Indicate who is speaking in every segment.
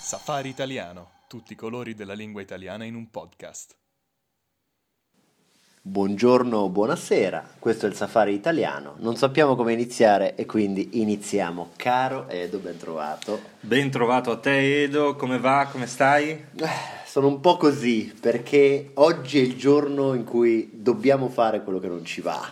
Speaker 1: Safari Italiano, tutti i colori della lingua italiana in un podcast.
Speaker 2: Buongiorno, buonasera, questo è il Safari Italiano. Non sappiamo come iniziare e quindi iniziamo. Caro Edo, ben trovato.
Speaker 3: Ben trovato a te Edo, come va? Come stai?
Speaker 2: Eh, Sono un po' così perché oggi è il giorno in cui dobbiamo fare quello che non ci va.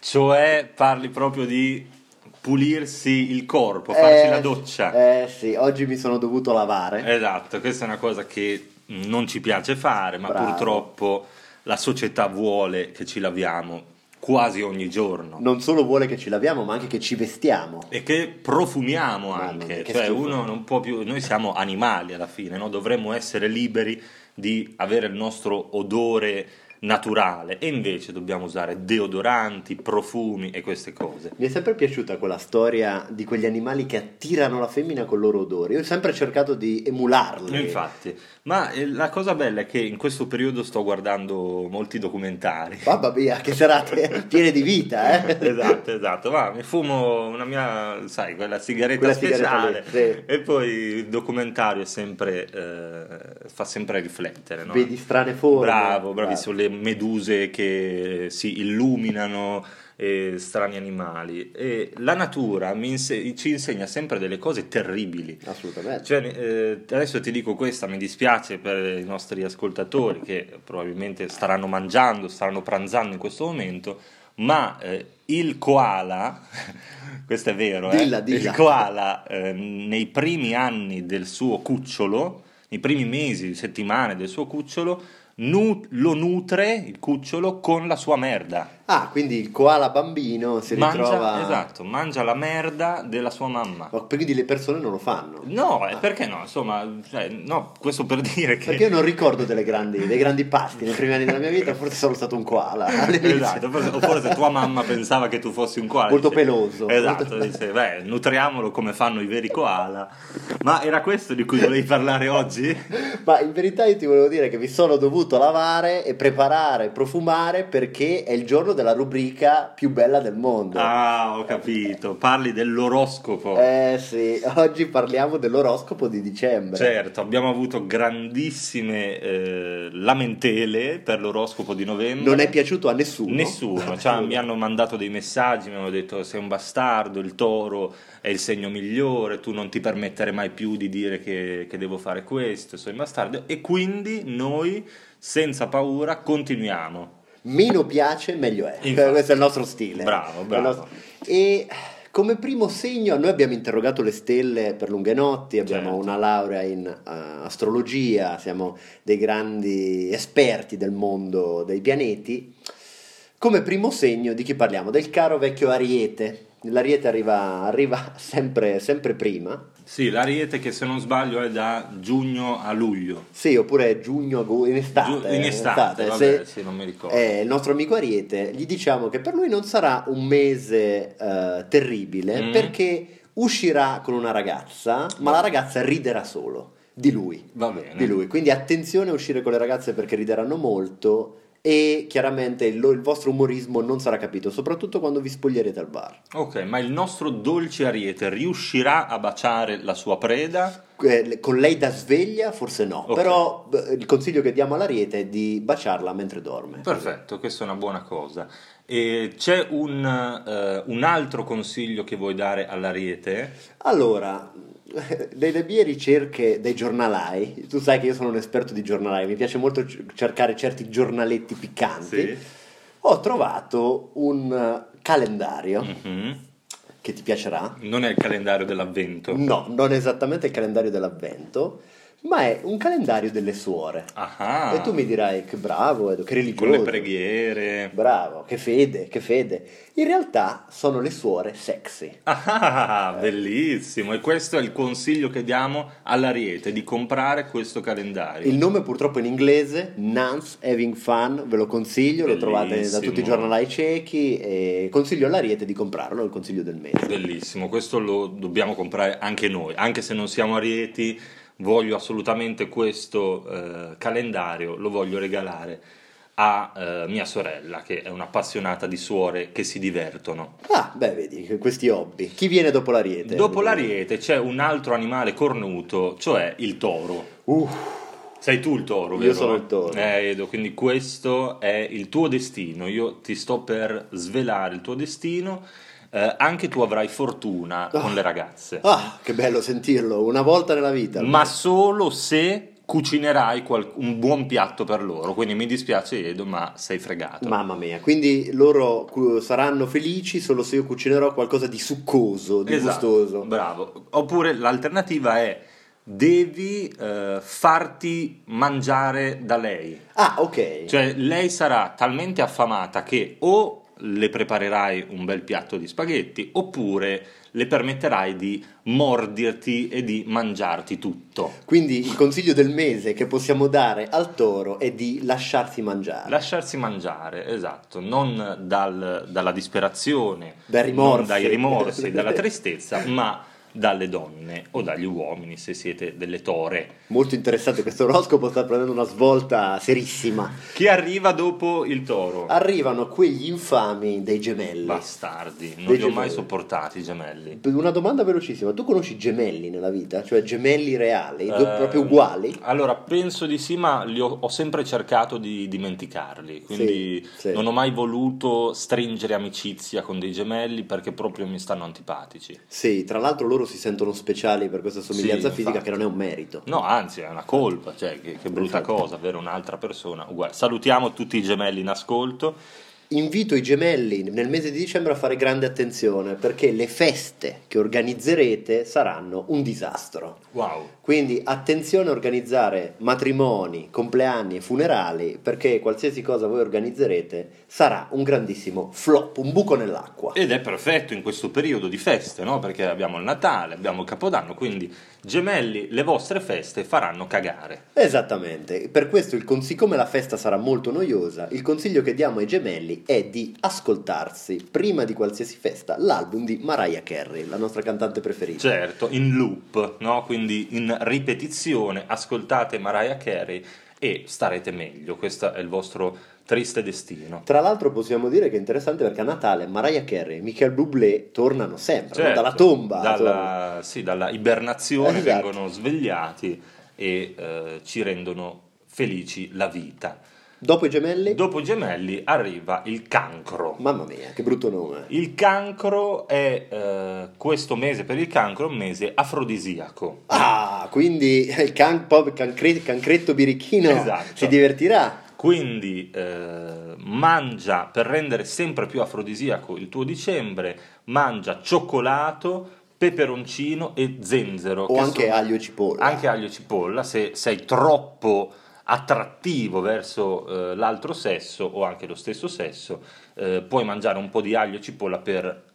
Speaker 3: Cioè parli proprio di pulirsi il corpo, farsi
Speaker 2: Eh,
Speaker 3: la doccia.
Speaker 2: Eh sì, oggi mi sono dovuto lavare.
Speaker 3: Esatto, questa è una cosa che non ci piace fare, ma
Speaker 2: Bravo.
Speaker 3: purtroppo la società vuole che ci laviamo quasi ogni giorno.
Speaker 2: Non solo vuole che ci laviamo, ma anche che ci vestiamo.
Speaker 3: E che profumiamo
Speaker 2: Mamma mia,
Speaker 3: anche,
Speaker 2: che
Speaker 3: cioè
Speaker 2: schifo.
Speaker 3: uno non può più, noi siamo animali alla fine, no? dovremmo essere liberi di avere il nostro odore naturale e invece dobbiamo usare deodoranti, profumi e queste cose.
Speaker 2: Mi è sempre piaciuta quella storia di quegli animali che attirano la femmina col loro odore. Io ho sempre cercato di emularli.
Speaker 3: Infatti, ma eh, la cosa bella è che in questo periodo sto guardando molti documentari.
Speaker 2: Mamma mia, che serate piene di vita, eh?
Speaker 3: esatto, esatto. Va, mi fumo una mia, sai, quella sigaretta
Speaker 2: Quella
Speaker 3: speciale.
Speaker 2: sigaretta lì, sì.
Speaker 3: E poi il documentario è sempre, eh, fa sempre riflettere. No?
Speaker 2: Vedi strane forme.
Speaker 3: Bravo, bravissimo. Le meduse che si illuminano, e strani animali. E la natura mi inse- ci insegna sempre delle cose terribili.
Speaker 2: Bravo. Assolutamente.
Speaker 3: Cioè, eh, adesso ti dico questa, mi dispiace per i nostri ascoltatori che probabilmente staranno mangiando, staranno pranzando in questo momento, ma eh, il koala, questo è vero, eh,
Speaker 2: Dilla, dilla.
Speaker 3: il koala eh, nei primi anni del suo cucciolo, nei primi mesi, settimane del suo cucciolo, nu- lo nutre, il cucciolo, con la sua merda.
Speaker 2: Ah, quindi il koala bambino si
Speaker 3: mangia,
Speaker 2: ritrova...
Speaker 3: esatto, mangia la merda della sua mamma.
Speaker 2: Ma Quindi le persone non lo fanno.
Speaker 3: No, eh,
Speaker 2: Ah.
Speaker 3: perché no? Insomma, cioè, no, questo per dire che...
Speaker 2: Perché io non ricordo delle grandi, dei grandi pasti nei primi anni della mia vita, forse sono stato un koala. all'inizio.
Speaker 3: Esatto, forse, o forse tua mamma pensava che tu fossi un koala.
Speaker 2: Molto
Speaker 3: dice-
Speaker 2: peloso.
Speaker 3: Esatto,
Speaker 2: Molto-
Speaker 3: dice, beh, nutriamolo come fanno i veri koala. Ma era questo di cui volevi parlare oggi?
Speaker 2: Ma in verità io ti volevo dire che mi sono dovuto lavare e preparare, profumare perché è il giorno della rubrica più bella del mondo.
Speaker 3: Ah, ho capito, parli dell'oroscopo.
Speaker 2: Eh sì, oggi parliamo dell'oroscopo di dicembre.
Speaker 3: Certo, abbiamo avuto grandissime eh, lamentele per l'oroscopo di novembre.
Speaker 2: Non è piaciuto a nessuno.
Speaker 3: Nessuno, cioè, mi hanno mandato dei messaggi, mi hanno detto sei un bastardo, il toro è il segno migliore, tu non ti permettere mai più di dire che, che devo fare questo, sono un bastardo e quindi noi senza paura continuiamo.
Speaker 2: Meno piace, meglio è.
Speaker 3: Infatti.
Speaker 2: Questo è il nostro stile.
Speaker 3: Bravo, bravo.
Speaker 2: È il nostro- E come primo segno, noi abbiamo interrogato le stelle per lunghe notti, abbiamo
Speaker 3: Certo.
Speaker 2: una laurea in eh, astrologia, siamo dei grandi esperti del mondo dei pianeti. Come primo segno di chi parliamo? Del caro vecchio Ariete. L'Ariete arriva, arriva sempre, sempre prima,
Speaker 3: Sì, l'ariete che se non sbaglio è da giugno a luglio.
Speaker 2: sì, oppure giugno, agosto, in estate.
Speaker 3: Giu- in estate, vabbè, sì, non mi ricordo.
Speaker 2: Eh, il nostro amico Ariete, gli diciamo che per lui non sarà un mese eh, terribile
Speaker 3: Mm.
Speaker 2: perché uscirà con una ragazza, ma la ragazza riderà solo di lui.
Speaker 3: Va bene.
Speaker 2: Di lui. Quindi attenzione a uscire con le ragazze perché rideranno molto e chiaramente il, lo- il vostro umorismo non sarà capito, soprattutto quando vi spoglierete al bar.
Speaker 3: Ok, ma il nostro dolce ariete riuscirà a baciare la sua preda?
Speaker 2: Eh, le- Con lei da sveglia forse no,
Speaker 3: Ok.
Speaker 2: però beh, il consiglio che diamo all'Ariete è di baciarla mentre dorme.
Speaker 3: Perfetto, questa è una buona cosa. E c'è un, eh, un altro consiglio che vuoi dare all'ariete?
Speaker 2: Allora, nelle mie ricerche dei giornalai, tu sai che io sono un esperto di giornalai, mi piace molto c- cercare certi giornaletti piccanti. Ho trovato un eh, calendario
Speaker 3: Mhm.
Speaker 2: che ti piacerà.
Speaker 3: Non è il calendario dell'avvento.
Speaker 2: No, non è esattamente il calendario dell'avvento, ma è un calendario delle suore.
Speaker 3: Ah,
Speaker 2: E tu mi dirai che bravo, Edo, che
Speaker 3: con le
Speaker 2: religioso.
Speaker 3: preghiere.
Speaker 2: Bravo, che fede, che fede. In realtà sono le suore sexy.
Speaker 3: Ah, bellissimo! E questo è il consiglio che diamo all'ariete, di comprare questo calendario.
Speaker 2: Il nome purtroppo in inglese, Nuns Having Fun, ve lo consiglio, lo trovate da
Speaker 3: Bellissimo.
Speaker 2: tutti i giornalai ciechi e consiglio all'Ariete di comprarlo, è il consiglio del mese.
Speaker 3: Bellissimo, questo lo dobbiamo comprare anche noi, anche se non siamo arieti, voglio assolutamente questo eh, calendario, lo voglio regalare a eh, mia sorella, che è un'appassionata di suore che si divertono.
Speaker 2: Ah, beh, vedi, questi hobby. Chi viene dopo l'ariete?
Speaker 3: Dopo l'ariete c'è un altro animale cornuto, cioè il toro.
Speaker 2: Uh,
Speaker 3: Sei tu il toro,
Speaker 2: Io
Speaker 3: vero?
Speaker 2: sono il toro.
Speaker 3: Eh, Edo, quindi questo è il tuo destino. Io ti sto per svelare il tuo destino. Eh, anche tu avrai fortuna con le ragazze,
Speaker 2: ah, che bello sentirlo, una volta nella vita.
Speaker 3: ma solo se cucinerai qual- un buon piatto per loro. Quindi mi dispiace, Edo, ma sei fregato.
Speaker 2: Mamma mia, quindi loro cu- saranno felici solo se io cucinerò qualcosa di succoso, di
Speaker 3: Esatto,
Speaker 2: gustoso.
Speaker 3: Bravo. Oppure l'alternativa è devi eh, farti mangiare da lei.
Speaker 2: Ah, ok.
Speaker 3: Cioè lei sarà talmente affamata che o le preparerai un bel piatto di spaghetti oppure le permetterai di mordirti e di mangiarti tutto.
Speaker 2: Quindi il consiglio del mese che possiamo dare al toro è di lasciarsi mangiare.
Speaker 3: Lasciarsi mangiare, esatto, non dal- dalla disperazione,
Speaker 2: Dai rimorsi.
Speaker 3: non dai rimorsi, dalla tristezza, ma dalle donne o dagli uomini se siete delle tore.
Speaker 2: Molto interessante questo oroscopo, sta prendendo una svolta serissima.
Speaker 3: Chi arriva dopo il toro?
Speaker 2: Ah, Arrivano quegli infami dei gemelli.
Speaker 3: Bastardi, non
Speaker 2: Dei
Speaker 3: li ho mai
Speaker 2: gemelli.
Speaker 3: sopportati i gemelli.
Speaker 2: Una domanda velocissima, tu conosci gemelli nella vita? Cioè gemelli reali, due-
Speaker 3: Eh,
Speaker 2: proprio uguali?
Speaker 3: Allora, penso di sì, ma li ho, ho sempre cercato di dimenticarli, quindi
Speaker 2: sì.
Speaker 3: non ho mai voluto stringere amicizia con dei gemelli perché proprio mi stanno antipatici.
Speaker 2: Sì, tra l'altro loro si sentono speciali per questa somiglianza
Speaker 3: Sì,
Speaker 2: fisica
Speaker 3: infatti.
Speaker 2: che non è un merito.
Speaker 3: No, anzi, è una colpa, cioè che, che brutta
Speaker 2: Infatti.
Speaker 3: cosa avere un'altra persona. uguale. Salutiamo tutti i gemelli in ascolto.
Speaker 2: Invito i gemelli nel mese di dicembre a fare grande attenzione perché le feste che organizzerete saranno un disastro.
Speaker 3: Wow.
Speaker 2: Quindi attenzione a organizzare matrimoni, compleanni e funerali perché qualsiasi cosa voi organizzerete sarà un grandissimo flop, un buco nell'acqua.
Speaker 3: Ed è perfetto in questo periodo di feste, no? Perché abbiamo il Natale, abbiamo il Capodanno, quindi gemelli, le vostre feste faranno cagare.
Speaker 2: Esattamente, per questo il con- siccome la festa sarà molto noiosa, il consiglio che diamo ai gemelli è di ascoltarsi prima di qualsiasi festa l'album di Mariah Carey, la nostra cantante preferita.
Speaker 3: Certo, in loop, no? Quindi in ripetizione, ascoltate Mariah Carey e starete meglio. Questo è il vostro triste destino.
Speaker 2: Tra l'altro possiamo dire che è interessante perché a Natale Mariah Carey e Michael Bublé tornano sempre, no?
Speaker 3: Certo,
Speaker 2: dalla tomba. tornano.
Speaker 3: Dalla, sì, dalla ibernazione
Speaker 2: Esatto.
Speaker 3: vengono svegliati e eh, ci rendono felici la vita.
Speaker 2: Dopo i gemelli?
Speaker 3: Dopo i gemelli arriva il cancro.
Speaker 2: Mamma mia, che brutto nome.
Speaker 3: Il cancro è, eh, questo mese per il cancro, è un mese afrodisiaco.
Speaker 2: Ah, quindi il can- pop- cancre- cancretto birichino
Speaker 3: Esatto.
Speaker 2: si divertirà.
Speaker 3: Quindi eh, mangia per rendere sempre più afrodisiaco il tuo dicembre, mangia cioccolato, peperoncino e zenzero.
Speaker 2: O
Speaker 3: che
Speaker 2: anche
Speaker 3: sono-
Speaker 2: aglio e cipolla.
Speaker 3: anche aglio e cipolla, se sei troppo attrattivo verso eh, l'altro sesso o anche lo stesso sesso, eh, puoi mangiare un po' di aglio e cipolla per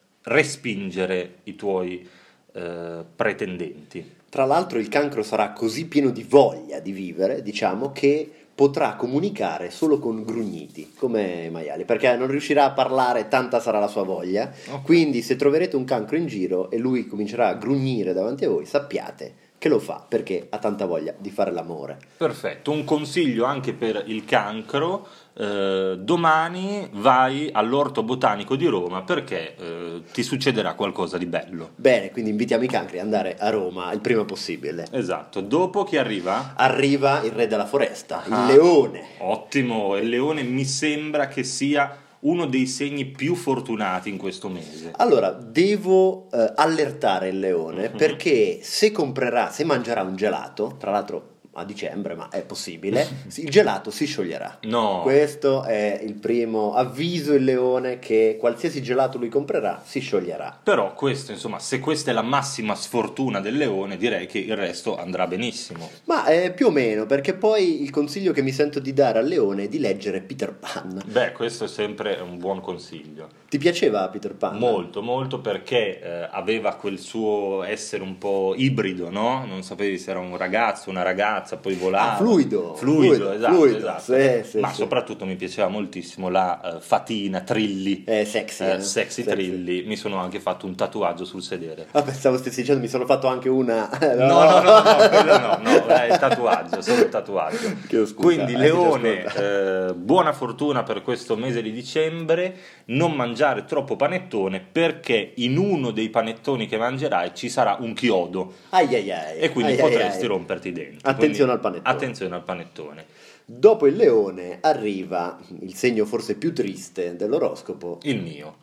Speaker 3: respingere i tuoi eh, pretendenti.
Speaker 2: Tra l'altro il cancro sarà così pieno di voglia di vivere, diciamo, che potrà comunicare solo con grugniti, come i maiali, perché non riuscirà a parlare, tanta sarà la sua voglia.
Speaker 3: Ok.
Speaker 2: Quindi se troverete un cancro in giro e lui comincerà a grugnire davanti a voi, sappiate che lo fa perché ha tanta voglia di fare l'amore.
Speaker 3: Perfetto, un consiglio anche per il cancro, eh, domani vai all'orto botanico di Roma perché eh, ti succederà qualcosa di bello.
Speaker 2: Bene, quindi invitiamo i cancri ad andare a Roma il prima possibile.
Speaker 3: Esatto, dopo chi arriva?
Speaker 2: Arriva il re della foresta,
Speaker 3: Ah.
Speaker 2: il leone.
Speaker 3: Ottimo, il leone mi sembra che sia uno dei segni più fortunati in questo mese.
Speaker 2: Allora, devo eh, allertare il leone
Speaker 3: Mhm.
Speaker 2: perché se comprerà, se mangerà un gelato, tra l'altro a dicembre, ma è possibile, si- il gelato si scioglierà.
Speaker 3: No,
Speaker 2: Questo è il primo avviso il leone che qualsiasi gelato lui comprerà si scioglierà.
Speaker 3: però questo, insomma, se questa è la massima sfortuna del leone, direi che il resto andrà benissimo.
Speaker 2: Ma eh, più o meno, perché poi il consiglio che mi sento di dare al leone è di leggere Peter Pan.
Speaker 3: Beh, questo è sempre un buon consiglio.
Speaker 2: Ti piaceva Peter Pan?
Speaker 3: Molto, molto perché eh, aveva quel suo essere un po' ibrido, no? Non sapevi se era un ragazzo, una piazza, poi volava.
Speaker 2: Ah, fluido,
Speaker 3: fluido,
Speaker 2: fluido,
Speaker 3: esatto,
Speaker 2: fluido,
Speaker 3: esatto.
Speaker 2: sì, sì,
Speaker 3: Ma
Speaker 2: sì.
Speaker 3: soprattutto mi piaceva moltissimo la eh, fatina Trilli,
Speaker 2: Eh, sexy,
Speaker 3: eh,
Speaker 2: eh?
Speaker 3: sexy Trilli. Mi sono anche fatto un tatuaggio sul sedere.
Speaker 2: Ah, pensavo stessi dicendo, mi sono fatto anche una.
Speaker 3: No, no, no, no, quello no, no, è il tatuaggio, solo il tatuaggio.
Speaker 2: Chiedo scusa,
Speaker 3: Quindi
Speaker 2: eh,
Speaker 3: Leone,
Speaker 2: ti ascolto.
Speaker 3: eh, buona fortuna per questo mese di dicembre, non mangiare troppo panettone perché in uno dei panettoni che mangerai ci sarà un chiodo
Speaker 2: Ai ai ai.
Speaker 3: e quindi
Speaker 2: ai, ai,
Speaker 3: potresti
Speaker 2: ai.
Speaker 3: romperti i denti.
Speaker 2: Attenzione
Speaker 3: Quindi
Speaker 2: al panettone.
Speaker 3: Attenzione al panettone.
Speaker 2: Dopo il leone arriva il segno forse più triste dell'oroscopo,
Speaker 3: Il mio.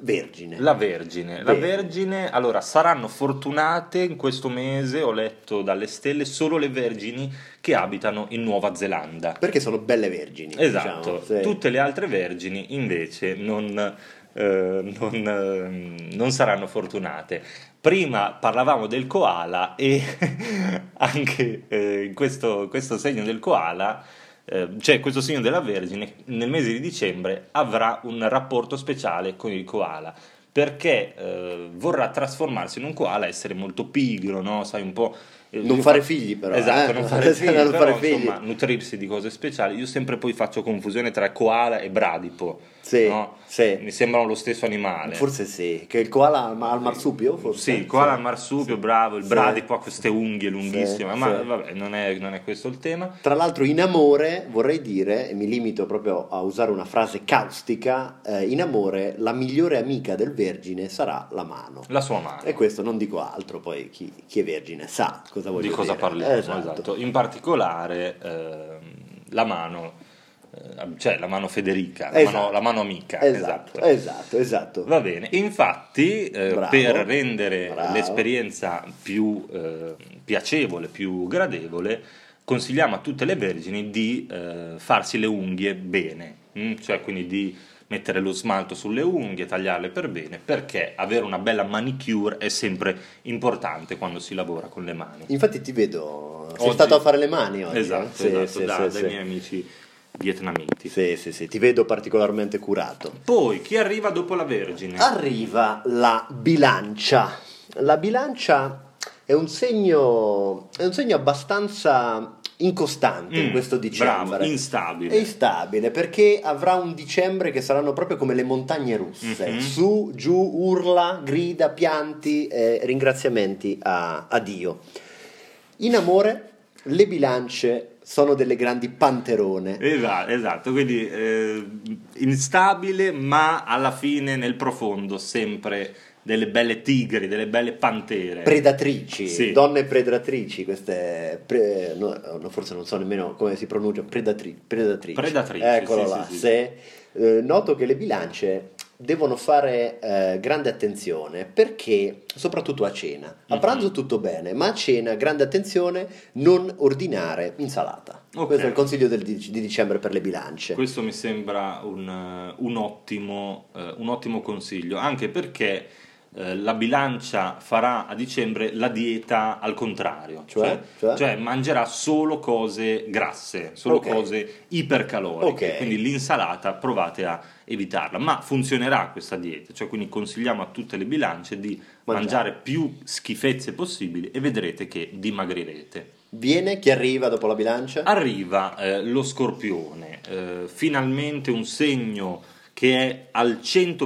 Speaker 2: Vergine.
Speaker 3: La Vergine, la
Speaker 2: Bene.
Speaker 3: Vergine, allora saranno fortunate in questo mese, ho letto dalle stelle, solo le vergini che abitano in Nuova Zelanda.
Speaker 2: Perché sono belle vergini.
Speaker 3: Esatto,
Speaker 2: diciamo, sì.
Speaker 3: tutte le altre vergini invece non, eh, non, eh, non saranno fortunate. Prima parlavamo del koala e anche eh, in questo, questo segno del koala, eh, cioè questo segno della Vergine, nel mese di dicembre avrà un rapporto speciale con il koala. Perché eh, vorrà trasformarsi in un koala, essere molto pigro, no? Sai, un po'. eh,
Speaker 2: Non
Speaker 3: io
Speaker 2: fare
Speaker 3: fa-
Speaker 2: figli, però,
Speaker 3: Esatto,
Speaker 2: eh.
Speaker 3: non fare figli.
Speaker 2: Non
Speaker 3: però,
Speaker 2: fare figli.
Speaker 3: insomma, nutrirsi di cose speciali. Io sempre poi faccio confusione tra koala e bradipo.
Speaker 2: Sì,
Speaker 3: no? eh,
Speaker 2: sì.
Speaker 3: Mi sembrano lo stesso animale.
Speaker 2: Forse sì, che il koala al, ma- al marsupio forse.
Speaker 3: Sì, il koala al marsupio, bravo, il
Speaker 2: Sì.
Speaker 3: bradipo ha queste unghie lunghissime,
Speaker 2: Sì,
Speaker 3: ma
Speaker 2: sì.
Speaker 3: vabbè, non è, non è questo il tema.
Speaker 2: Tra l'altro in amore vorrei dire, e mi limito proprio a usare una frase caustica, eh, in amore la migliore amica del vergine sarà la mano.
Speaker 3: La sua mano.
Speaker 2: E questo non dico altro, poi chi, chi è vergine sa cosa voglio
Speaker 3: di
Speaker 2: dire.
Speaker 3: cosa parliamo,
Speaker 2: Esatto.
Speaker 3: esatto. In particolare ehm, la mano, eh, cioè la mano Federica, la,
Speaker 2: Esatto.
Speaker 3: mano, la mano amica.
Speaker 2: Esatto, esatto, esatto.
Speaker 3: Va bene, infatti eh,
Speaker 2: Bravo.
Speaker 3: per rendere
Speaker 2: Bravo.
Speaker 3: l'esperienza più eh, piacevole, più gradevole, consigliamo a tutte le vergini di eh, farsi le unghie bene, mm? cioè quindi di mettere lo smalto sulle unghie, tagliarle per bene, perché avere una bella manicure è sempre importante quando si lavora con le mani.
Speaker 2: Infatti ti vedo, sei
Speaker 3: Oggi-
Speaker 2: stato a fare le mani oggi. eh?
Speaker 3: Esatto,
Speaker 2: Sì,
Speaker 3: esatto,
Speaker 2: sì,
Speaker 3: da-
Speaker 2: sì,
Speaker 3: dai
Speaker 2: sì.
Speaker 3: miei amici vietnamiti.
Speaker 2: Sì, sì, sì, ti vedo particolarmente curato.
Speaker 3: Poi chi arriva dopo la vergine?
Speaker 2: Arriva la bilancia. La bilancia è un segno, è un segno abbastanza incostante in
Speaker 3: Mm,
Speaker 2: questo dicembre.
Speaker 3: Bravo,
Speaker 2: È
Speaker 3: instabile.
Speaker 2: instabile perché avrà un dicembre che saranno proprio come le montagne russe,
Speaker 3: Mhm.
Speaker 2: su, giù, urla, grida, pianti, eh, ringraziamenti a, a Dio. In amore le bilance sono delle grandi panterone.
Speaker 3: Esatto, esatto, quindi eh, instabile ma alla fine nel profondo sempre delle belle tigri, delle belle pantere.
Speaker 2: Predatrici,
Speaker 3: Sì.
Speaker 2: donne predatrici, queste pre- no, no, forse non so nemmeno come si pronuncia, predatri- predatrici.
Speaker 3: Predatrici,
Speaker 2: Eccolo
Speaker 3: sì,
Speaker 2: là.
Speaker 3: sì, sì.
Speaker 2: se- eh, noto che le bilance devono fare eh, grande attenzione perché, soprattutto a cena, a
Speaker 3: Mhm.
Speaker 2: pranzo tutto bene, ma a cena grande attenzione non ordinare insalata.
Speaker 3: Ok.
Speaker 2: Questo è il consiglio del dic- di dicembre per le bilance.
Speaker 3: Questo mi sembra un, eh, un ottimo, eh, un ottimo consiglio, anche perché eh, la bilancia farà a dicembre la dieta al contrario,
Speaker 2: Cioè? Cioè?
Speaker 3: cioè mangerà solo cose grasse, solo
Speaker 2: Ok.
Speaker 3: cose ipercaloriche,
Speaker 2: Ok.
Speaker 3: quindi l'insalata provate a evitarla, ma funzionerà questa dieta, cioè quindi consigliamo a tutte le bilance di
Speaker 2: Mangiare.
Speaker 3: mangiare più schifezze possibili e vedrete che dimagrirete.
Speaker 2: Viene chi arriva dopo la bilancia?
Speaker 3: Arriva eh, lo scorpione, eh, finalmente un segno che è al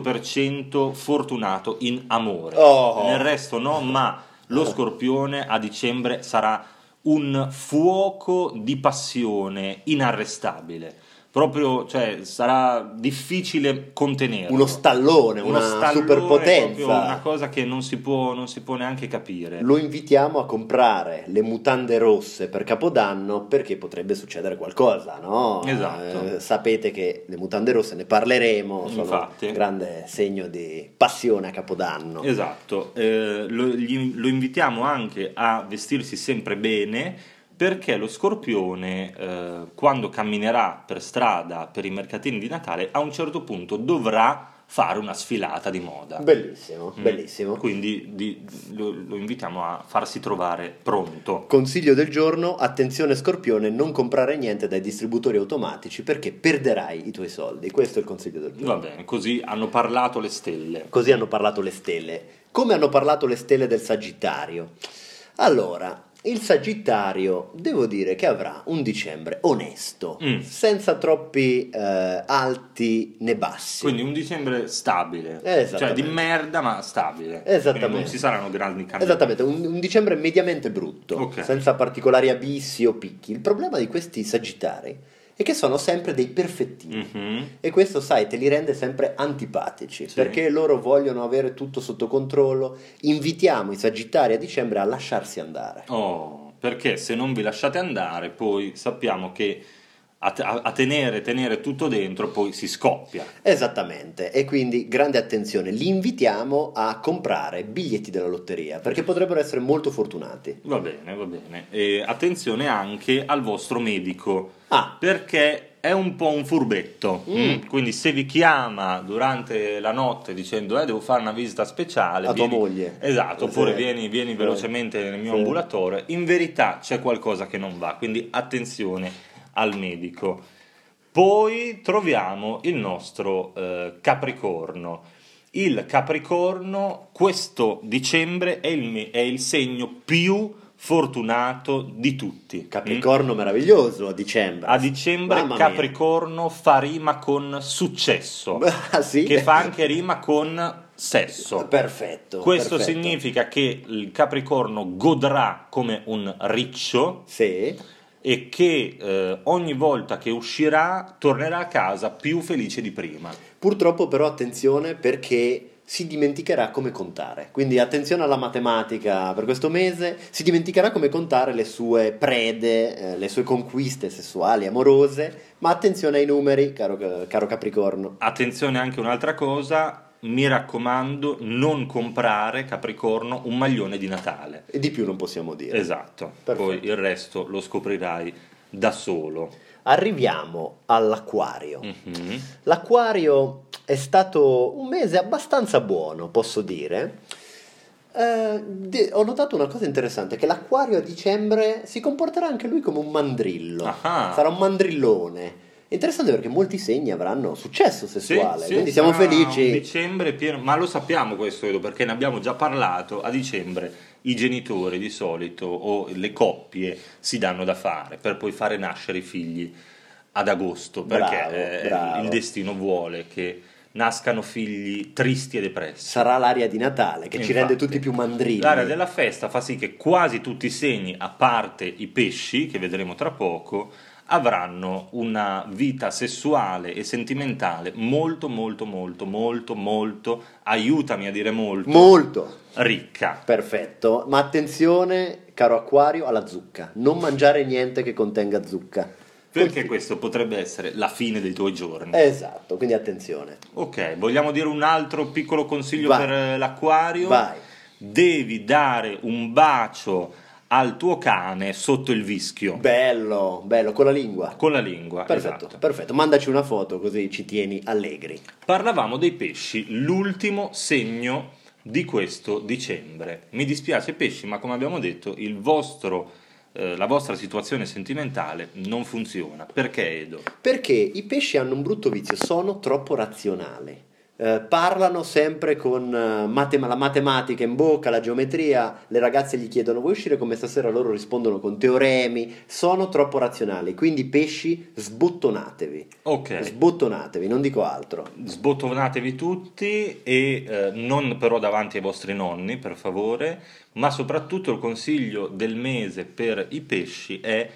Speaker 3: 100% fortunato in amore.
Speaker 2: Oh.
Speaker 3: Nel resto no, ma lo scorpione a dicembre sarà un fuoco di passione inarrestabile. Proprio, cioè, sarà difficile contenerlo.
Speaker 2: Uno stallone,
Speaker 3: Uno
Speaker 2: una
Speaker 3: stallone,
Speaker 2: superpotenza.
Speaker 3: proprio Una cosa che non si può, non si può neanche capire.
Speaker 2: Lo invitiamo a comprare le mutande rosse per Capodanno perché potrebbe succedere qualcosa, no?
Speaker 3: Esatto.
Speaker 2: Eh, sapete che le mutande rosse ne parleremo, sono
Speaker 3: Infatti.
Speaker 2: un grande segno di passione a Capodanno.
Speaker 3: Esatto, eh, lo, gli- lo invitiamo anche a vestirsi sempre bene perché lo scorpione eh, quando camminerà per strada per i mercatini di Natale a un certo punto dovrà fare una sfilata di moda.
Speaker 2: Bellissimo,
Speaker 3: Mm.
Speaker 2: bellissimo.
Speaker 3: Quindi di- lo, lo invitiamo a farsi trovare pronto.
Speaker 2: Consiglio del giorno, attenzione Scorpione, non comprare niente dai distributori automatici perché perderai i tuoi soldi. Questo è il consiglio del giorno.
Speaker 3: Va bene, così hanno parlato le stelle.
Speaker 2: Così hanno parlato le stelle. Come hanno parlato le stelle del Sagittario? Allora, Il Sagittario, devo dire che avrà un dicembre onesto,
Speaker 3: Mm.
Speaker 2: senza troppi eh, alti né bassi.
Speaker 3: Quindi un dicembre stabile,
Speaker 2: Eh,
Speaker 3: cioè
Speaker 2: esattamente.
Speaker 3: di merda ma stabile.
Speaker 2: Esattamente.
Speaker 3: Quindi Non ci saranno grandi cambiamenti.
Speaker 2: Esattamente, un, un dicembre mediamente brutto,
Speaker 3: Ok.
Speaker 2: senza particolari abissi o picchi. Il problema di questi Sagittari è che sono sempre dei perfettini.
Speaker 3: Mhm.
Speaker 2: E questo, sai, te li rende sempre antipatici,
Speaker 3: Sì.
Speaker 2: perché loro vogliono avere tutto sotto controllo. Invitiamo i Sagittari a dicembre a lasciarsi andare.
Speaker 3: Oh, perché se non vi lasciate andare, poi sappiamo che a, te- a- a tenere, tenere tutto dentro, poi si scoppia.
Speaker 2: Esattamente, e quindi grande attenzione, li invitiamo a comprare biglietti della lotteria, perché potrebbero essere molto fortunati.
Speaker 3: Va bene, va bene. E attenzione anche al vostro medico.
Speaker 2: Ah,
Speaker 3: perché è un po' un furbetto.
Speaker 2: Mm.
Speaker 3: Mm, Quindi se vi chiama durante la notte dicendo "Eh, devo fare una visita speciale",
Speaker 2: a tua
Speaker 3: vieni-
Speaker 2: moglie.
Speaker 3: Esatto, oppure
Speaker 2: Sì.
Speaker 3: vieni, vieni
Speaker 2: Sì.
Speaker 3: velocemente nel mio
Speaker 2: Sì.
Speaker 3: ambulatore, in verità c'è qualcosa che non va, quindi attenzione al medico. Poi troviamo il nostro eh, Capricorno. Il Capricorno questo dicembre è il, me- è il segno più fortunato di tutti. Mm? Ah,
Speaker 2: Capricorno meraviglioso a dicembre.
Speaker 3: A dicembre
Speaker 2: Mamma mia.
Speaker 3: Capricorno fa rima con successo,
Speaker 2: Ah, sì?
Speaker 3: che fa anche rima con sesso.
Speaker 2: Perfetto.
Speaker 3: Questo
Speaker 2: perfetto.
Speaker 3: significa che il Capricorno godrà come un riccio
Speaker 2: Sì,
Speaker 3: e che eh, ogni volta che uscirà tornerà a casa più felice di prima.
Speaker 2: purtroppo però attenzione perché si dimenticherà come contare, quindi attenzione alla matematica per questo mese, si dimenticherà come contare le sue prede, eh, le sue conquiste sessuali, amorose, ma attenzione ai numeri, caro, caro Capricorno.
Speaker 3: Attenzione anche un'altra cosa, mi raccomando, non comprare Capricorno un maglione di Natale.
Speaker 2: E di più non possiamo dire.
Speaker 3: Esatto,
Speaker 2: Perfetto.
Speaker 3: poi il resto lo scoprirai da solo.
Speaker 2: Arriviamo all'acquario.
Speaker 3: Mhm.
Speaker 2: L'acquario è stato un mese abbastanza buono, posso dire. Eh, de- ho notato una cosa interessante, che l'acquario a dicembre si comporterà anche lui come un mandrillo.
Speaker 3: Ah.
Speaker 2: Sarà un mandrillone. Interessante perché molti segni avranno successo
Speaker 3: Sì,
Speaker 2: sessuale,
Speaker 3: sì,
Speaker 2: quindi siamo
Speaker 3: ah,
Speaker 2: felici.
Speaker 3: Dicembre pieno, ma lo sappiamo questo Edo, perché ne abbiamo già parlato. A dicembre i genitori di solito o le coppie si danno da fare per poi fare nascere i figli ad agosto, perché
Speaker 2: Bravo,
Speaker 3: eh,
Speaker 2: bravo.
Speaker 3: il destino vuole che nascano figli tristi e depressi.
Speaker 2: Sarà l'aria di Natale che ci
Speaker 3: Infatti.
Speaker 2: rende tutti più mandrilli.
Speaker 3: L'area della festa fa sì che quasi tutti i segni, a parte i pesci, che vedremo tra poco, avranno una vita sessuale e sentimentale molto, molto, molto, molto, molto, aiutami a dire molto,
Speaker 2: Molto.
Speaker 3: ricca.
Speaker 2: Perfetto, ma attenzione, caro acquario, alla zucca. Non mangiare niente che contenga zucca.
Speaker 3: Perché questo potrebbe essere la fine dei tuoi giorni.
Speaker 2: Esatto, quindi attenzione.
Speaker 3: Ok, vogliamo dire un altro piccolo consiglio
Speaker 2: Vai.
Speaker 3: per eh, l'acquario?
Speaker 2: Vai.
Speaker 3: Devi dare un bacio al tuo cane sotto il vischio.
Speaker 2: Bello, bello, con la lingua.
Speaker 3: Con la lingua,
Speaker 2: Perfetto,
Speaker 3: esatto.
Speaker 2: perfetto. Mandaci una foto così ci tieni allegri.
Speaker 3: Parlavamo dei pesci, l'ultimo segno di questo dicembre. Mi dispiace pesci, ma come abbiamo detto, il vostro, eh, la vostra situazione sentimentale non funziona. Perché Edo?
Speaker 2: Perché i pesci hanno un brutto vizio, sono troppo razionali. Eh, parlano sempre con eh, matema- la matematica in bocca, la geometria, le ragazze gli chiedono vuoi uscire come stasera, loro rispondono con teoremi, sono troppo razionali, quindi pesci sbottonatevi,
Speaker 3: Ok,
Speaker 2: sbottonatevi, non dico altro.
Speaker 3: sbottonatevi tutti e eh, non però davanti ai vostri nonni, per favore, ma soprattutto il consiglio del mese per i pesci è,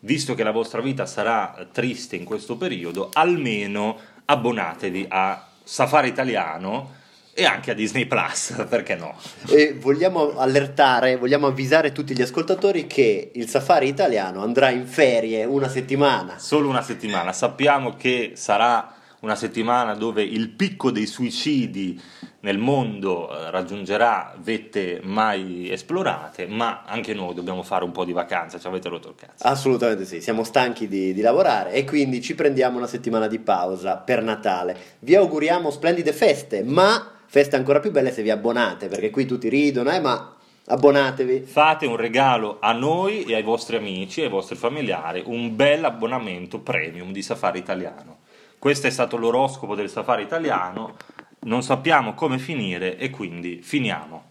Speaker 3: visto che la vostra vita sarà triste in questo periodo, almeno abbonatevi a Safari Italiano e anche a Disney Plus, perché no?
Speaker 2: E vogliamo allertare, vogliamo avvisare tutti gli ascoltatori che il safari italiano andrà in ferie una settimana.
Speaker 3: Solo una settimana, sappiamo che sarà una settimana dove il picco dei suicidi nel mondo eh, raggiungerà vette mai esplorate, ma anche noi dobbiamo fare un po' di vacanza, ci avete rotto il cazzo.
Speaker 2: Assolutamente sì, siamo stanchi di, di lavorare e quindi ci prendiamo una settimana di pausa per Natale. Vi auguriamo splendide feste, ma feste ancora più belle se vi abbonate, perché qui tutti ridono, eh, ma abbonatevi.
Speaker 3: Fate un regalo a noi e ai vostri amici e ai vostri familiari, un bel abbonamento premium di Safari Italiano. Questo è stato l'oroscopo del Safari Italiano, non sappiamo come finire e quindi finiamo.